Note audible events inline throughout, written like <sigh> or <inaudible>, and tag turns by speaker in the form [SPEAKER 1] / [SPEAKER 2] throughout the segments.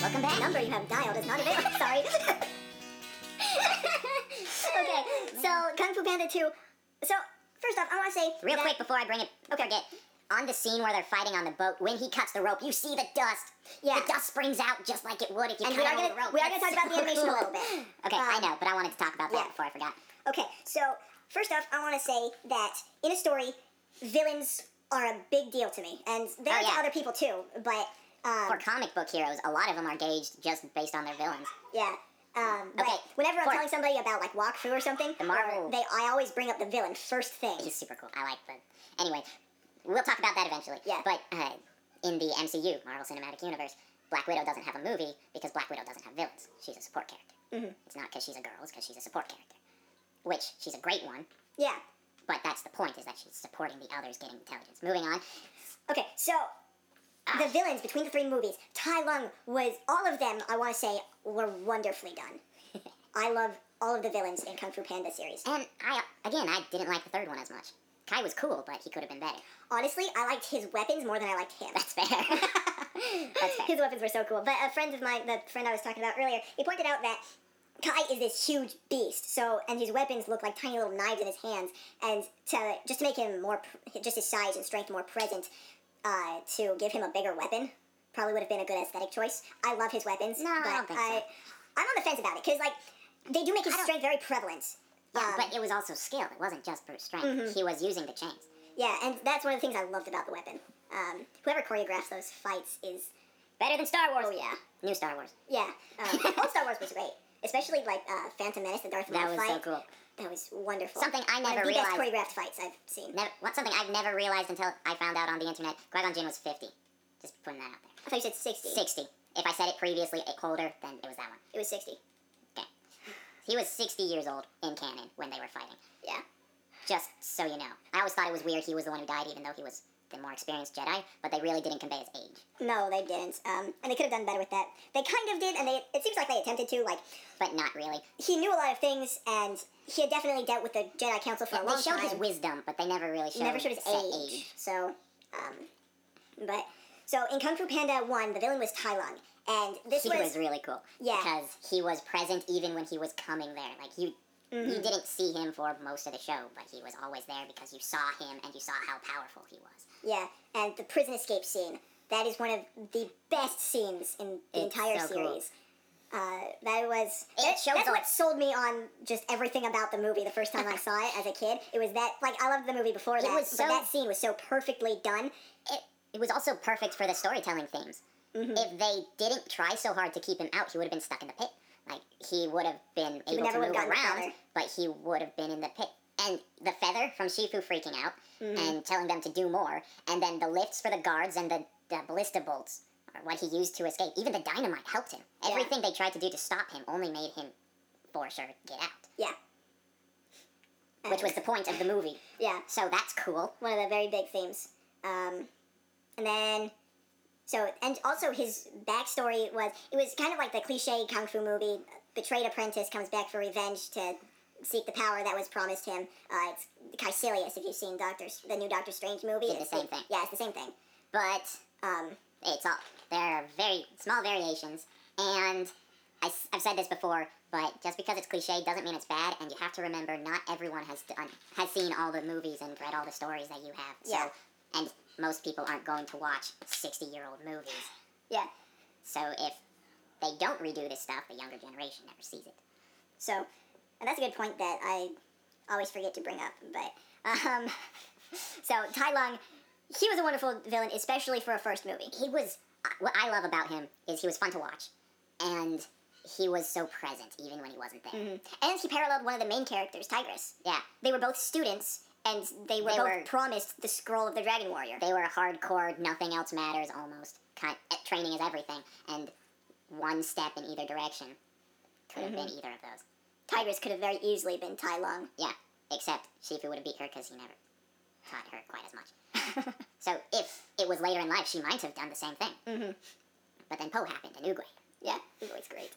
[SPEAKER 1] Welcome back.
[SPEAKER 2] The number you have dialed is not
[SPEAKER 1] <laughs>
[SPEAKER 2] available. Sorry. okay, so Kung Fu Panda 2. So, first off, I want to say.
[SPEAKER 1] Real
[SPEAKER 2] that-
[SPEAKER 1] quick before I bring it,
[SPEAKER 2] Okay.
[SPEAKER 1] forget. On the scene where they're fighting on the boat, when he cuts the rope, you see the dust.
[SPEAKER 2] Yeah.
[SPEAKER 1] The dust springs out just like it would if you
[SPEAKER 2] And
[SPEAKER 1] cut
[SPEAKER 2] we are
[SPEAKER 1] it on
[SPEAKER 2] gonna-
[SPEAKER 1] the rope.
[SPEAKER 2] we are
[SPEAKER 1] It's
[SPEAKER 2] gonna talk about the
[SPEAKER 1] so
[SPEAKER 2] animation a
[SPEAKER 1] cool.
[SPEAKER 2] little bit.
[SPEAKER 1] <laughs> Okay, I
[SPEAKER 2] Um,
[SPEAKER 1] know, but I wanted to talk about that
[SPEAKER 2] yeah.
[SPEAKER 1] before I forgot.
[SPEAKER 2] Okay, so first off, I want to say that in a story, villains are a big deal to me, and they are
[SPEAKER 1] Oh, yeah.
[SPEAKER 2] to other people too. But um,
[SPEAKER 1] For comic book heroes, a lot of them are gauged just based on their villains.
[SPEAKER 2] yeah. Um, but
[SPEAKER 1] Okay,
[SPEAKER 2] whenever I'm
[SPEAKER 1] for-
[SPEAKER 2] telling somebody about like walkthrough or something,
[SPEAKER 1] The Marvel-
[SPEAKER 2] or they I always bring up the villain first thing.
[SPEAKER 1] He's super cool. I like the. Anyway, we'll talk about that eventually.
[SPEAKER 2] Yeah.
[SPEAKER 1] But uh, in the MCU, Marvel Cinematic Universe, Black Widow doesn't have a movie because Black Widow doesn't have villains. She's a support character.
[SPEAKER 2] Mm-hmm.
[SPEAKER 1] It's not because she's a girl. It's because she's a support character. Which she's a great one,
[SPEAKER 2] Yeah.
[SPEAKER 1] but that's the point: is that she's supporting the others getting intelligence. Moving on. Ah.
[SPEAKER 2] Okay, so the villains between the three movies, Tai Lung was all of them. I want to say were wonderfully done. I love all of the villains in Kung Fu Panda series.
[SPEAKER 1] And I again, I didn't like the third one as much. Kai was cool, but he could have been better.
[SPEAKER 2] Honestly, I liked his weapons more than I liked him.
[SPEAKER 1] That's
[SPEAKER 2] <laughs>
[SPEAKER 1] fair. that's fair.
[SPEAKER 2] His weapons were so cool. But a friend of mine, the friend I was talking about earlier, he pointed out that Kai is this huge beast. So, and his weapons look like tiny little knives in his hands. And to just to make him more, pr- just his size and strength more present, uh, to give him a bigger weapon, probably would have been a good aesthetic choice. I love his weapons.
[SPEAKER 1] No, I
[SPEAKER 2] but
[SPEAKER 1] don't think so.
[SPEAKER 2] I'm on the fence about it because like they do make his
[SPEAKER 1] I don't-
[SPEAKER 2] strength very prevalent.
[SPEAKER 1] Yeah,
[SPEAKER 2] Um, Mm-hmm.
[SPEAKER 1] but it was also skill. It wasn't just brute strength. He was using the chains.
[SPEAKER 2] yeah, and that's one of the things I loved about the weapon. Um, whoever choreographs those fights is
[SPEAKER 1] Better than Star Wars.
[SPEAKER 2] oh yeah.
[SPEAKER 1] New Star Wars.
[SPEAKER 2] Yeah, um, old Star Wars was great, especially like uh, Phantom Menace, the Darth
[SPEAKER 1] That
[SPEAKER 2] Maul
[SPEAKER 1] was
[SPEAKER 2] fight.
[SPEAKER 1] so cool.
[SPEAKER 2] That was wonderful.
[SPEAKER 1] Something I
[SPEAKER 2] One of
[SPEAKER 1] never
[SPEAKER 2] the
[SPEAKER 1] realized.
[SPEAKER 2] best choreographed fights I've seen.
[SPEAKER 1] Never, what's something I've never realized until I found out on the internet? Qui Gon Jinn was 50. Just putting that out there.
[SPEAKER 2] I thought you said sixty.
[SPEAKER 1] 60. If I said it previously, it colder, then it was that one.
[SPEAKER 2] It was sixty.
[SPEAKER 1] Okay. He was 60 years old in canon when they were fighting.
[SPEAKER 2] Yeah.
[SPEAKER 1] Just so you know. I always thought it was weird he was the one who died, even though he was the more experienced Jedi, but they really didn't convey his age.
[SPEAKER 2] No, they didn't. Um, and they could have done better with that. They kind of did, and they it seems like they attempted to. Like
[SPEAKER 1] But not really.
[SPEAKER 2] he knew a lot of things, and he had definitely dealt with the Jedi Council for a long
[SPEAKER 1] They showed
[SPEAKER 2] time.
[SPEAKER 1] his wisdom, but they never really showed,
[SPEAKER 2] never showed his
[SPEAKER 1] set
[SPEAKER 2] age. So, um, but so in Kung Fu Panda One, the villain was Tai Lung, and this
[SPEAKER 1] He was, really cool.
[SPEAKER 2] Yeah.
[SPEAKER 1] Because he was present even when he was coming there. Like you you
[SPEAKER 2] Mm-hmm.
[SPEAKER 1] didn't see him for most of the show, but he was always there because you saw him and you saw how powerful he was.
[SPEAKER 2] Yeah, and the prison escape scene. That is one of the best scenes in the
[SPEAKER 1] It's
[SPEAKER 2] entire
[SPEAKER 1] so cool.
[SPEAKER 2] series. Uh, that was
[SPEAKER 1] It
[SPEAKER 2] that-
[SPEAKER 1] shows
[SPEAKER 2] that's
[SPEAKER 1] a-
[SPEAKER 2] what sold me on just everything about the movie the first
[SPEAKER 1] <laughs>
[SPEAKER 2] time I saw it as a kid. It was that like I loved the movie before that,
[SPEAKER 1] was so-
[SPEAKER 2] but that scene was so perfectly done.
[SPEAKER 1] It it was also perfect for the storytelling themes.
[SPEAKER 2] Mm-hmm.
[SPEAKER 1] If they didn't try so hard to keep him out, he would have been stuck in the pit. Like he would have been able
[SPEAKER 2] never
[SPEAKER 1] to
[SPEAKER 2] would have
[SPEAKER 1] move
[SPEAKER 2] gotten the
[SPEAKER 1] around,
[SPEAKER 2] feather.
[SPEAKER 1] but he would have been in the pit. And the feather from Shifu freaking out
[SPEAKER 2] Mm-hmm.
[SPEAKER 1] and telling them to do more, and then the lifts for the guards and the, the ballista bolts are what he used to escape. Even the dynamite helped him.
[SPEAKER 2] Yeah.
[SPEAKER 1] Everything they tried to do to stop him only made him, for sure, get out,
[SPEAKER 2] Yeah,
[SPEAKER 1] which was the point of the movie.
[SPEAKER 2] yeah,
[SPEAKER 1] So that's cool.
[SPEAKER 2] one of the very big themes. Um, and then so and also his backstory was it was kind of like the cliche kung fu movie betrayed apprentice comes back for revenge to seek the power that was promised him uh, it's caecilius if you've seen doctor the new doctor strange movie
[SPEAKER 1] Did the
[SPEAKER 2] It's
[SPEAKER 1] same thing.
[SPEAKER 2] yeah it's the same thing
[SPEAKER 1] But
[SPEAKER 2] um,
[SPEAKER 1] it's all there are very small variations and I, have said this before but just because it's cliche doesn't mean it's bad and you have to remember not everyone has done, has seen all the movies and read all the stories that you have so
[SPEAKER 2] Yeah.
[SPEAKER 1] and most people aren't going to watch 60 year old movies
[SPEAKER 2] yeah
[SPEAKER 1] so if they don't redo this stuff the younger generation never sees it
[SPEAKER 2] so and that's a good point that i always forget to bring up but um, <laughs> so tai lung he was a wonderful villain especially for a first movie uh,
[SPEAKER 1] he was I- what I love about him is he was fun to watch, and he was so present even when he wasn't there.
[SPEAKER 2] and he paralleled one of the main characters tigress
[SPEAKER 1] Mm-hmm. Yeah,
[SPEAKER 2] they were both students and they were
[SPEAKER 1] They
[SPEAKER 2] both
[SPEAKER 1] were-
[SPEAKER 2] promised the scroll of the dragon warrior
[SPEAKER 1] they were hardcore, nothing else matters almost. Kind, eh, training is everything, and one step in either direction could have been either of those.
[SPEAKER 2] Mm-hmm. tigress could have very easily been tai lung
[SPEAKER 1] Yeah, except Shifu would have beat her because he never taught her quite as much.
[SPEAKER 2] <laughs>
[SPEAKER 1] so if it was later in life, she might have done the same thing. Mm-hmm. But then Poe happened and Uguay.
[SPEAKER 2] yeah he's always great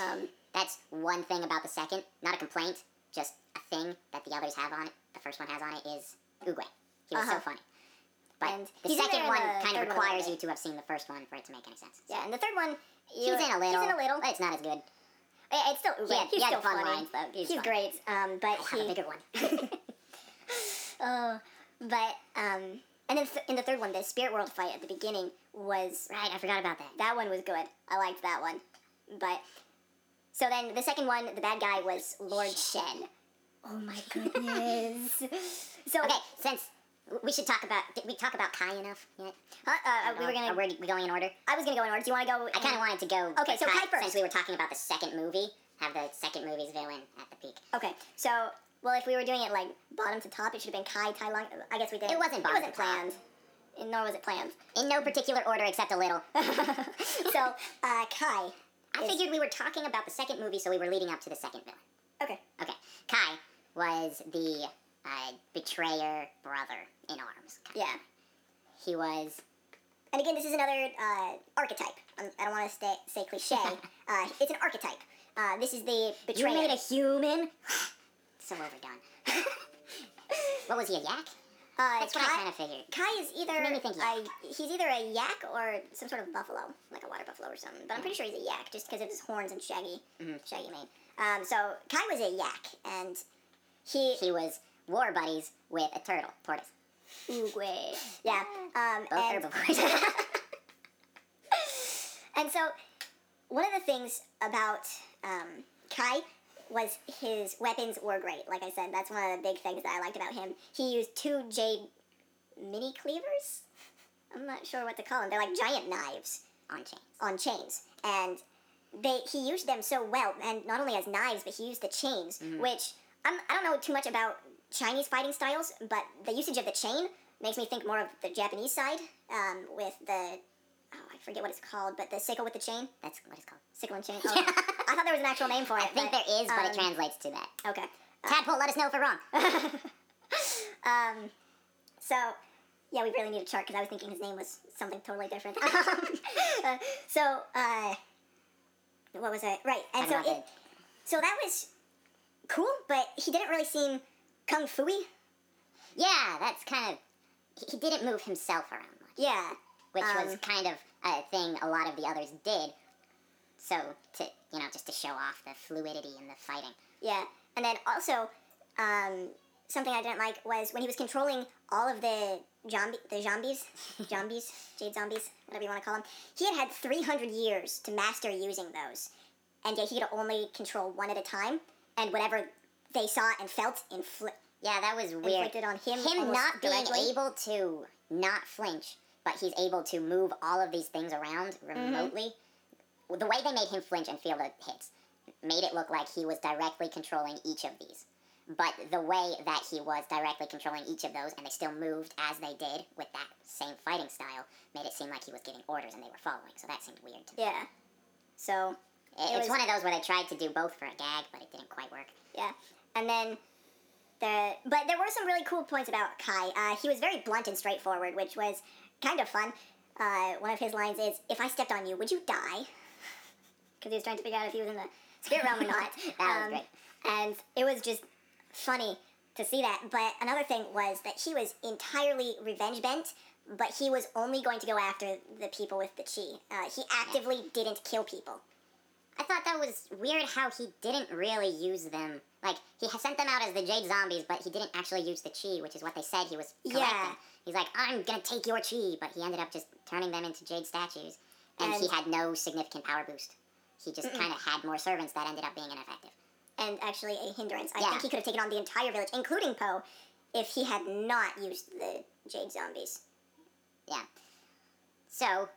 [SPEAKER 2] um,
[SPEAKER 1] That's one thing about the second, not a complaint, just a thing that the others have on it, the first one has on it, is Uguay. He was so
[SPEAKER 2] Uh-huh.
[SPEAKER 1] funny. But
[SPEAKER 2] And
[SPEAKER 1] the
[SPEAKER 2] he's in there
[SPEAKER 1] second
[SPEAKER 2] in
[SPEAKER 1] one
[SPEAKER 2] the
[SPEAKER 1] kind of
[SPEAKER 2] third one a
[SPEAKER 1] requires
[SPEAKER 2] little
[SPEAKER 1] you to have seen the first one for it to make any sense.
[SPEAKER 2] Yeah, and the third one,
[SPEAKER 1] He's in a little.
[SPEAKER 2] He's in a little.
[SPEAKER 1] But it's not as good.
[SPEAKER 2] Yeah, it's still Uwe.
[SPEAKER 1] had-
[SPEAKER 2] he's
[SPEAKER 1] he had
[SPEAKER 2] still
[SPEAKER 1] fun
[SPEAKER 2] funny.
[SPEAKER 1] lines, though. He was
[SPEAKER 2] He's,
[SPEAKER 1] funny.
[SPEAKER 2] great, um, but
[SPEAKER 1] I
[SPEAKER 2] he.
[SPEAKER 1] <laughs> have a bigger one.
[SPEAKER 2] oh, but um, and then th- in the third one, the spirit world fight at the beginning was
[SPEAKER 1] right, I forgot about that.
[SPEAKER 2] that one was good. I liked that one, but so then the second one, the bad guy was Lord Shen. Oh <laughs> my goodness! so
[SPEAKER 1] Okay, since we should talk about did we talk about Kai enough yet?
[SPEAKER 2] huh, uh, we were
[SPEAKER 1] Are
[SPEAKER 2] gonna.
[SPEAKER 1] we we going in order?
[SPEAKER 2] I was gonna go in order. Do you want to go?
[SPEAKER 1] I kind of wanted to go.
[SPEAKER 2] Okay,
[SPEAKER 1] with
[SPEAKER 2] so Kai first.
[SPEAKER 1] Since we were talking about the second movie, have the second movie's villain at the peak.
[SPEAKER 2] Okay, so well, if we were doing it like bottom to top, it should have been Kai Tai Long. I guess we did.
[SPEAKER 1] It wasn't bottom
[SPEAKER 2] It wasn't
[SPEAKER 1] to top.
[SPEAKER 2] planned. And Nor was it planned. <laughs>
[SPEAKER 1] In no particular order except a little. <laughs>
[SPEAKER 2] so uh, Kai.
[SPEAKER 1] I
[SPEAKER 2] Is-
[SPEAKER 1] figured we were talking about the second movie, so we were leading up to the second villain.
[SPEAKER 2] Okay.
[SPEAKER 1] Okay, Kai was the uh, betrayer brother in arms.
[SPEAKER 2] Yeah.
[SPEAKER 1] He was
[SPEAKER 2] And again, this is another uh, archetype. Um, I don't want to stay, say cliche.
[SPEAKER 1] <laughs>
[SPEAKER 2] uh, it's an archetype. Uh, this is the betrayer.
[SPEAKER 1] made a human. so overdone. <laughs> what was he a yak?
[SPEAKER 2] uh,
[SPEAKER 1] That's
[SPEAKER 2] Kai,
[SPEAKER 1] what I kind of figured.
[SPEAKER 2] Kai is either
[SPEAKER 1] made me think
[SPEAKER 2] a, he's either a yak or some sort of buffalo, like a water buffalo or something. But I'm pretty sure he's a yak just because of his horns and shaggy,
[SPEAKER 1] Mm-hmm.
[SPEAKER 2] shaggy mane. Um, so Kai was a yak, and he
[SPEAKER 1] He was war buddies with a turtle tortoise.
[SPEAKER 2] Uguay. Yeah. Um,
[SPEAKER 1] Both
[SPEAKER 2] and,
[SPEAKER 1] herbivores.
[SPEAKER 2] <laughs> and so, one of the things about um, Kai was his weapons were great. Like I said, that's one of the big things that I liked about him. He used two jade mini cleavers. I'm not sure what to call them. They're like giant knives
[SPEAKER 1] on chains.
[SPEAKER 2] on chains, and they he used them so well, and not only as knives, but he used the chains,
[SPEAKER 1] Mm-hmm.
[SPEAKER 2] which I'm, I don't know too much about Chinese fighting styles, but the usage of the chain makes me think more of the Japanese side um, with the oh I forget what it's called, but the sickle with the chain,
[SPEAKER 1] That's what it's called.
[SPEAKER 2] sickle and
[SPEAKER 1] <laughs>
[SPEAKER 2] chain. Oh, I thought there was an actual name for it.
[SPEAKER 1] I think
[SPEAKER 2] but,
[SPEAKER 1] there is, but
[SPEAKER 2] um,
[SPEAKER 1] it
[SPEAKER 2] uh,
[SPEAKER 1] translates to that.
[SPEAKER 2] okay.
[SPEAKER 1] Tadpole, let us know if
[SPEAKER 2] <laughs>
[SPEAKER 1] we're wrong.
[SPEAKER 2] Um, so, yeah, we really need a chart because I was thinking his name was something totally
[SPEAKER 1] <laughs>
[SPEAKER 2] different. <laughs> Uh, so, uh, what was I? Right, and
[SPEAKER 1] Talking
[SPEAKER 2] so
[SPEAKER 1] about
[SPEAKER 2] it, so that was cool, but he didn't really seem kung fu
[SPEAKER 1] the- yeah, that's kind of. he- He didn't move himself around much,
[SPEAKER 2] Yeah,
[SPEAKER 1] which was
[SPEAKER 2] Um,
[SPEAKER 1] kind of a thing a lot of the others did. So to you know, just to show off the fluidity in the fighting.
[SPEAKER 2] yeah, and then also, um, something I didn't like was when he was controlling all of the zombie, the zombies, zombies, jade zombies, whatever you want to call them. He had had three hundred years to master using those. and yet he could only control one at a time, and whatever they saw and felt infl-
[SPEAKER 1] Yeah, that was weird.
[SPEAKER 2] inflicted on him.
[SPEAKER 1] Him
[SPEAKER 2] almost
[SPEAKER 1] not being
[SPEAKER 2] directly.
[SPEAKER 1] able to not flinch, but he's able to move all of these things around
[SPEAKER 2] Mm-hmm.
[SPEAKER 1] remotely. The way they made him flinch and feel the hits made it look like he was directly controlling each of these. But the way that he was directly controlling each of those, and they still moved as they did with that same fighting style, made it seem like he was giving orders and they were following. So that seemed weird to me.
[SPEAKER 2] Yeah. So
[SPEAKER 1] It-
[SPEAKER 2] it
[SPEAKER 1] it's
[SPEAKER 2] was-
[SPEAKER 1] one of those where they tried to do both for a gag, but it didn't quite work.
[SPEAKER 2] yeah, and then the but there were some really cool points about Kai. Uh, he was very blunt and straightforward, which was kind of fun. Uh, one of his lines is, "If I stepped on you, would you die?" <laughs> Because he was trying to figure out if he was in the spirit realm or not.
[SPEAKER 1] <laughs>
[SPEAKER 2] Um,
[SPEAKER 1] That was great.
[SPEAKER 2] And it was just funny to see that. But another thing was that he was entirely revenge bent, but he was only going to go after the people with the chi. Uh, he actively didn't kill people.
[SPEAKER 1] I thought that was weird how he didn't really use them. Like, he ha- sent them out as the Jade Zombies, but he didn't actually use the Chi, which is what they said he was collecting.
[SPEAKER 2] Yeah.
[SPEAKER 1] He's like, I'm gonna take your Chi, but he ended up just turning them into Jade statues. And, he
[SPEAKER 2] And-
[SPEAKER 1] had no significant power boost. He just kind of had more servants that ended up being ineffective.
[SPEAKER 2] and actually a hindrance. I
[SPEAKER 1] Yeah.
[SPEAKER 2] think he could have taken on the entire village, including Poe, if he had not used the jade zombies.
[SPEAKER 1] Yeah. So,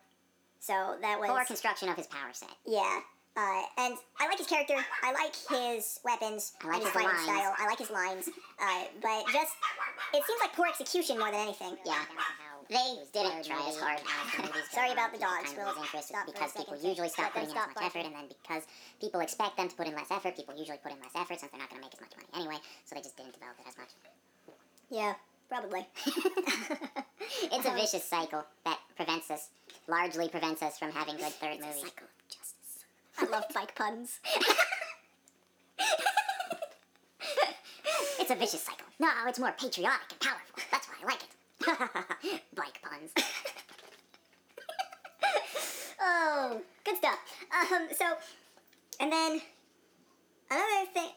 [SPEAKER 2] So that was
[SPEAKER 1] poor construction of his power set.
[SPEAKER 2] yeah. Uh, and I like his character. I like his weapons.
[SPEAKER 1] I like
[SPEAKER 2] and
[SPEAKER 1] his
[SPEAKER 2] fighting
[SPEAKER 1] lines.
[SPEAKER 2] style. I like his lines. Uh, but just it seems like poor execution more than anything.
[SPEAKER 1] Yeah. They didn't try as hard.
[SPEAKER 2] Sorry about the dogs.
[SPEAKER 1] People
[SPEAKER 2] We'll
[SPEAKER 1] kind of lose interest
[SPEAKER 2] stop for a
[SPEAKER 1] because people
[SPEAKER 2] second to
[SPEAKER 1] usually
[SPEAKER 2] let
[SPEAKER 1] stop
[SPEAKER 2] them
[SPEAKER 1] putting in as
[SPEAKER 2] stop
[SPEAKER 1] much effort,
[SPEAKER 2] barking.
[SPEAKER 1] and then because people expect them to put in less effort, people usually put in less effort since they're not going to make as much money anyway. So they just didn't develop it as much.
[SPEAKER 2] Yeah, probably. <laughs>
[SPEAKER 1] It's
[SPEAKER 2] Uh-huh.
[SPEAKER 1] a vicious cycle that prevents us, largely prevents us from having good third movies.
[SPEAKER 2] Cycle of justice. I love bike puns.
[SPEAKER 1] It's a vicious cycle. No, it's more patriotic and powerful. That's why I like it. <laughs> Bike puns.
[SPEAKER 2] Oh, good stuff. Um, so, and then another thing,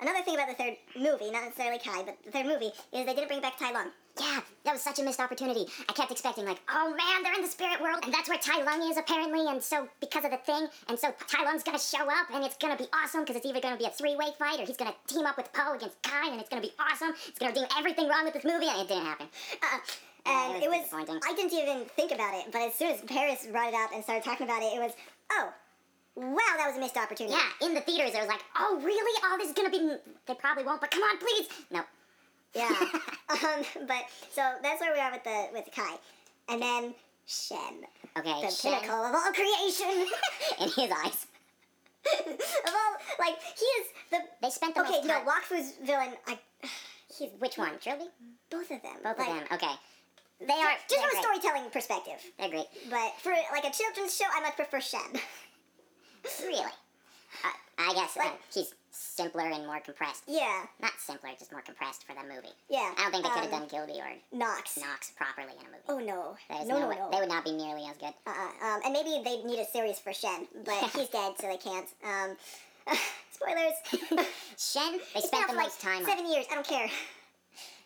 [SPEAKER 2] another thing about the third movie, not necessarily Kai, but the third movie is they didn't bring back Tai Lung.
[SPEAKER 1] Yeah, that was such a missed opportunity. I kept expecting, like, oh man, they're in the spirit world, and that's where Tai Lung is apparently, and so because of the thing, and so Tai Lung's gonna show up, and it's gonna be awesome, because it's either gonna be a three way fight, or he's gonna team up with Poe against Kai, and it's gonna be awesome. It's gonna do everything wrong with this movie, and it didn't happen.
[SPEAKER 2] Uh,
[SPEAKER 1] Yeah,
[SPEAKER 2] and
[SPEAKER 1] it
[SPEAKER 2] it
[SPEAKER 1] was
[SPEAKER 2] was,
[SPEAKER 1] disappointing.
[SPEAKER 2] I didn't even think about it, but as soon as Paris brought it up and started talking about it, it was, oh, wow, that was a missed opportunity.
[SPEAKER 1] Yeah, in the theaters, it was like, oh really? Oh, this is gonna be. They probably won't, but come on, please! No.
[SPEAKER 2] <laughs> Yeah. um, but so that's where we are with the with Kai, and then Shen,
[SPEAKER 1] Okay,
[SPEAKER 2] the
[SPEAKER 1] Shen,
[SPEAKER 2] pinnacle of all creation, <laughs>
[SPEAKER 1] in his eyes.
[SPEAKER 2] of all like he is the
[SPEAKER 1] They spent the
[SPEAKER 2] okay.
[SPEAKER 1] most
[SPEAKER 2] No,
[SPEAKER 1] time.
[SPEAKER 2] Wakfu's villain. <sighs> I
[SPEAKER 1] He's, which one? Trilby?
[SPEAKER 2] both of them.
[SPEAKER 1] Both
[SPEAKER 2] like,
[SPEAKER 1] of them, okay. They are.
[SPEAKER 2] Just
[SPEAKER 1] they're
[SPEAKER 2] from a
[SPEAKER 1] great.
[SPEAKER 2] storytelling perspective,
[SPEAKER 1] They're great.
[SPEAKER 2] but for like a children's show, I much prefer Shen.
[SPEAKER 1] Really? Uh, I guess uh,
[SPEAKER 2] Like-
[SPEAKER 1] he's simpler and more compressed.
[SPEAKER 2] <laughs> yeah,
[SPEAKER 1] Not simpler, just more compressed for the movie.
[SPEAKER 2] yeah.
[SPEAKER 1] I don't think they could have
[SPEAKER 2] um,
[SPEAKER 1] done Gilby or
[SPEAKER 2] Knox.
[SPEAKER 1] Knox properly in a movie.
[SPEAKER 2] Oh no,
[SPEAKER 1] There's
[SPEAKER 2] no,
[SPEAKER 1] no,
[SPEAKER 2] no,
[SPEAKER 1] way.
[SPEAKER 2] no.
[SPEAKER 1] They would not be nearly as good.
[SPEAKER 2] Uh-uh. Um, and maybe they need a series for Shen,
[SPEAKER 1] <laughs>
[SPEAKER 2] but he's dead, so they can't. Um, <laughs> spoilers. <laughs>
[SPEAKER 1] Shen, they
[SPEAKER 2] It's been
[SPEAKER 1] spent
[SPEAKER 2] out
[SPEAKER 1] the
[SPEAKER 2] for, like,
[SPEAKER 1] most time on.
[SPEAKER 2] seven years. I don't care.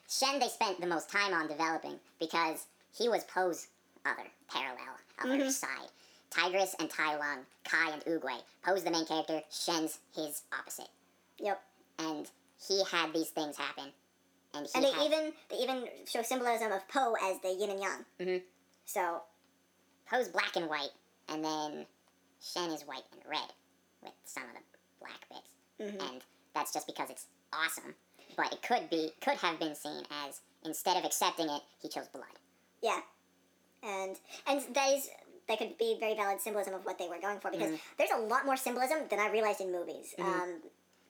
[SPEAKER 1] Shen, they spent the most time on developing because he was Poe's other parallel, other
[SPEAKER 2] Mm-hmm.
[SPEAKER 1] side. Tigress and Tai Lung, Kai and Uguay. Poe's the main character, Shen's his opposite.
[SPEAKER 2] Yep.
[SPEAKER 1] And he had these things happen. And he
[SPEAKER 2] And they
[SPEAKER 1] had-
[SPEAKER 2] even they even show symbolism of Po as the yin and yang.
[SPEAKER 1] Mhm.
[SPEAKER 2] So
[SPEAKER 1] Poe's black and white, and then Shen is white and red with some of the black bits.
[SPEAKER 2] Mm-hmm.
[SPEAKER 1] And that's just because it's awesome. But it could be could have been seen as instead of accepting it, he chose blood.
[SPEAKER 2] yeah, and and that is that could be very valid symbolism of what they were going for because
[SPEAKER 1] Mm-hmm.
[SPEAKER 2] there's a lot more symbolism than I realized in movies. Um,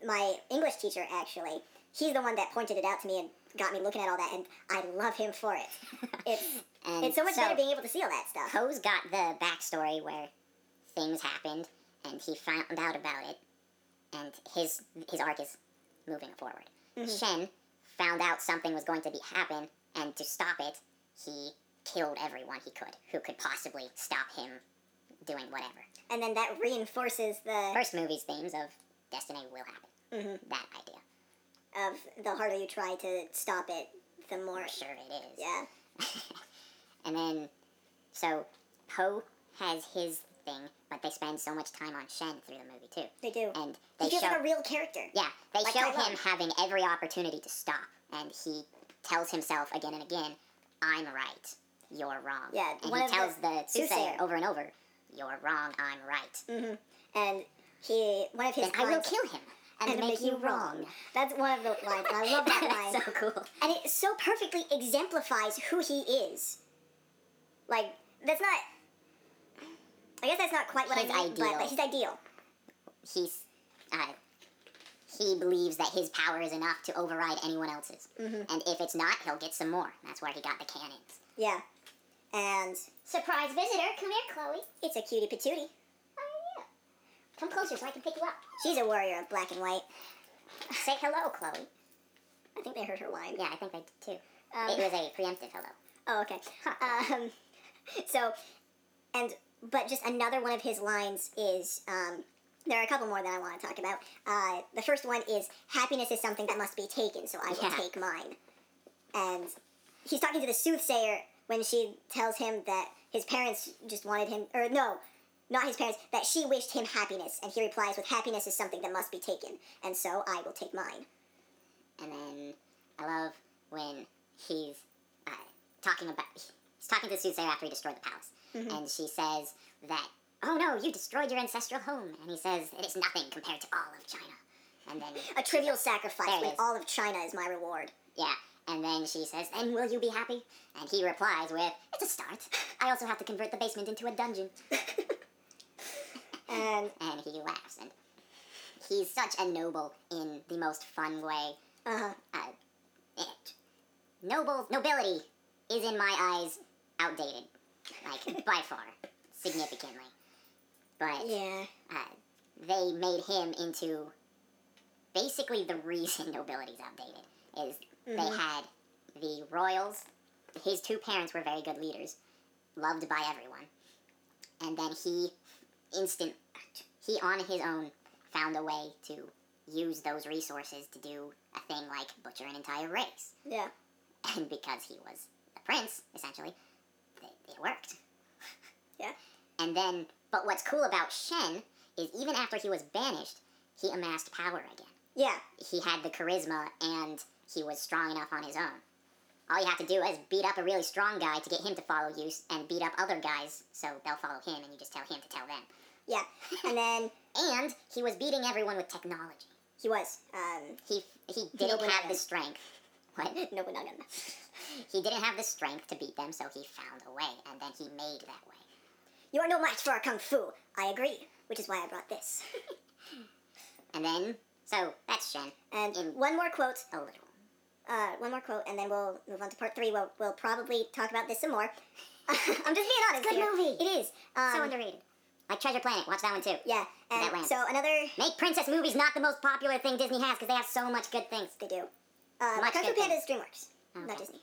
[SPEAKER 2] my English teacher actually, he's the one that pointed it out to me and got me looking at all that, and I love him for it.
[SPEAKER 1] <laughs>
[SPEAKER 2] It's
[SPEAKER 1] And
[SPEAKER 2] it's so much better being able to see all that stuff.
[SPEAKER 1] Poe's got the backstory where things happened and he found out about it and his his arc is moving forward.
[SPEAKER 2] Mm-hmm.
[SPEAKER 1] Shen found out something was going to be happen and to stop it, he killed everyone he could who could possibly stop him doing whatever.
[SPEAKER 2] And then that reinforces the
[SPEAKER 1] First movie's themes of destiny will happen.
[SPEAKER 2] Mm-hmm.
[SPEAKER 1] That idea.
[SPEAKER 2] of the harder you try to stop it, the more
[SPEAKER 1] For sure it is.
[SPEAKER 2] yeah.
[SPEAKER 1] And then, so Poe has his thing, but they spend so much time on Shen through the movie too.
[SPEAKER 2] They do.
[SPEAKER 1] And
[SPEAKER 2] he
[SPEAKER 1] they
[SPEAKER 2] feels
[SPEAKER 1] show,
[SPEAKER 2] like a real character.
[SPEAKER 1] yeah, they
[SPEAKER 2] like
[SPEAKER 1] show
[SPEAKER 2] Tai Lung.
[SPEAKER 1] him having every opportunity to stop, and he tells himself again and again, "I'm right, you're wrong."
[SPEAKER 2] Yeah,
[SPEAKER 1] and
[SPEAKER 2] one
[SPEAKER 1] he
[SPEAKER 2] of the
[SPEAKER 1] tells the soothsayer Mm.
[SPEAKER 2] soothsayer.
[SPEAKER 1] over and over, "You're wrong, I'm right,
[SPEAKER 2] And he, one of his
[SPEAKER 1] and I will
[SPEAKER 2] lines,
[SPEAKER 1] kill him and,
[SPEAKER 2] "And
[SPEAKER 1] make, you wrong."
[SPEAKER 2] That's one of the lines. and I love that line.
[SPEAKER 1] <laughs> so cool.
[SPEAKER 2] and it so perfectly exemplifies who he is. Like, that's not. I guess that's not quite what
[SPEAKER 1] His
[SPEAKER 2] I mean,
[SPEAKER 1] ideal.
[SPEAKER 2] but like, his ideal.
[SPEAKER 1] he's uh, he believes that his power is enough to override anyone else's, and if it's not, he'll get some more. That's where he got the cannons.
[SPEAKER 2] Yeah. And
[SPEAKER 1] Surprise visitor, come here, Chloe. Oh,
[SPEAKER 2] it's a cutie patootie.
[SPEAKER 1] Come closer so I can pick you up.
[SPEAKER 2] She's a warrior of black and white.
[SPEAKER 1] Say hello, Chloe.
[SPEAKER 2] I think they heard her whine.
[SPEAKER 1] Yeah, I think I did too.
[SPEAKER 2] Um,
[SPEAKER 1] it was a preemptive hello.
[SPEAKER 2] Oh, okay. <laughs> Um, so, and but just another one of his lines is um, there are a couple more that I want to talk about. Uh, the first one is happiness is something that must be taken, so I will
[SPEAKER 1] Yeah.
[SPEAKER 2] take mine. And he's talking to the soothsayer when she tells him that his parents just wanted him, or no. Not his parents, that she wished him happiness, and he replies with, Happiness is something that must be taken, and so I will take mine.
[SPEAKER 1] And then I love when he's uh, talking about he's talking to the soothsayer after he destroyed the palace, and she says that oh no, you destroyed your ancestral home, and he says it is nothing compared to all of China. And then
[SPEAKER 2] A trivial sacrifice
[SPEAKER 1] There it
[SPEAKER 2] when
[SPEAKER 1] is.
[SPEAKER 2] all of China is my reward.
[SPEAKER 1] Yeah. And then she says, Then will you be happy? And he replies with, It's a start. I also have to convert the basement into a dungeon.
[SPEAKER 2] And
[SPEAKER 1] And he laughs. And he's such a noble in the most fun way.
[SPEAKER 2] Uh-huh.
[SPEAKER 1] Uh, it. Noble, nobility is, in my eyes, outdated. Like, by far. Significantly. But
[SPEAKER 2] yeah.
[SPEAKER 1] uh, they made him into <laughs> basically the reason nobility's outdated is they had the royals his two parents were very good leaders, loved by everyone. And then he instant he on his own found a way to use those resources to do a thing like butcher an entire race.
[SPEAKER 2] Yeah.
[SPEAKER 1] And <laughs> because he was a prince, essentially, it- it worked. <laughs>
[SPEAKER 2] Yeah.
[SPEAKER 1] And then, but what's cool about Shen is even after he was banished, he amassed power again.
[SPEAKER 2] Yeah.
[SPEAKER 1] He had the charisma and he was strong enough on his own. All you have to do is beat up a really strong guy to get him to follow you and beat up other guys so they'll follow him and you just tell him to tell them.
[SPEAKER 2] Yeah. And then
[SPEAKER 1] And he was beating everyone with technology.
[SPEAKER 2] he was um
[SPEAKER 1] He he didn't
[SPEAKER 2] Nobunaga.
[SPEAKER 1] have the strength. What?
[SPEAKER 2] Nobunaga.
[SPEAKER 1] He didn't have the strength to beat them, so he found a way, and then he made that way.
[SPEAKER 2] You are no match for our kung fu. I agree, which is why I brought this.
[SPEAKER 1] And then, so that's Shen.
[SPEAKER 2] And
[SPEAKER 1] In-
[SPEAKER 2] one more quote,
[SPEAKER 1] A little.
[SPEAKER 2] uh, one more quote, and then we'll move on to part three. We'll, we'll probably talk about this some more. <laughs> I'm just being honest.
[SPEAKER 1] Good
[SPEAKER 2] here.
[SPEAKER 1] movie.
[SPEAKER 2] It is. Um,
[SPEAKER 1] so underrated. Like Treasure Planet, watch that one too.
[SPEAKER 2] Yeah.
[SPEAKER 1] That
[SPEAKER 2] And
[SPEAKER 1] lands.
[SPEAKER 2] so another
[SPEAKER 1] Make princess movies not the most popular thing Disney has because they have so much good things.
[SPEAKER 2] they do. Um,
[SPEAKER 1] Much
[SPEAKER 2] Kung Fu
[SPEAKER 1] good
[SPEAKER 2] Panda is DreamWorks, not
[SPEAKER 1] Okay.
[SPEAKER 2] Disney.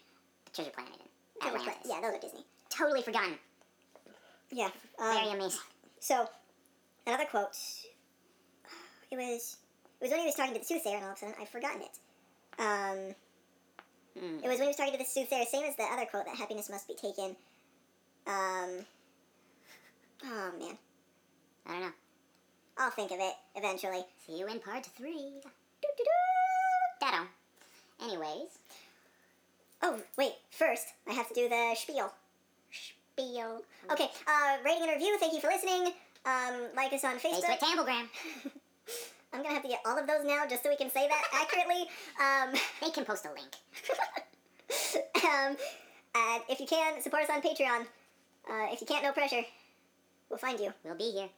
[SPEAKER 1] Treasure Planet. in
[SPEAKER 2] That was
[SPEAKER 1] Atlantis.
[SPEAKER 2] Pla- yeah, those are Disney.
[SPEAKER 1] Totally forgotten.
[SPEAKER 2] Yeah.
[SPEAKER 1] Very
[SPEAKER 2] Um,
[SPEAKER 1] amazing.
[SPEAKER 2] so another quote. It was it was when he was talking to the soothsayer, and all of a sudden I've forgotten it. Um,
[SPEAKER 1] Hmm.
[SPEAKER 2] It was when he was talking to the soothsayer, same as the other quote that happiness must be taken. Um. Oh man,
[SPEAKER 1] I don't know.
[SPEAKER 2] I'll think of it eventually.
[SPEAKER 1] See you in part three.
[SPEAKER 2] Doo-doo-doo.
[SPEAKER 1] Dado. Anyways,
[SPEAKER 2] Oh wait, first I have to do the spiel.
[SPEAKER 1] spiel.
[SPEAKER 2] Okay, uh, rating and review. Thank you for listening. Um, like us on
[SPEAKER 1] Facebook
[SPEAKER 2] Facebook.
[SPEAKER 1] Tamblegram.
[SPEAKER 2] I'm gonna have to get all of those now just so we can say that accurately.
[SPEAKER 1] <laughs>
[SPEAKER 2] Um.
[SPEAKER 1] They can post a link.
[SPEAKER 2] <laughs> um, and if you can, support us on Patreon. Uh, if you can't, no pressure. We'll find you.
[SPEAKER 1] We'll be here.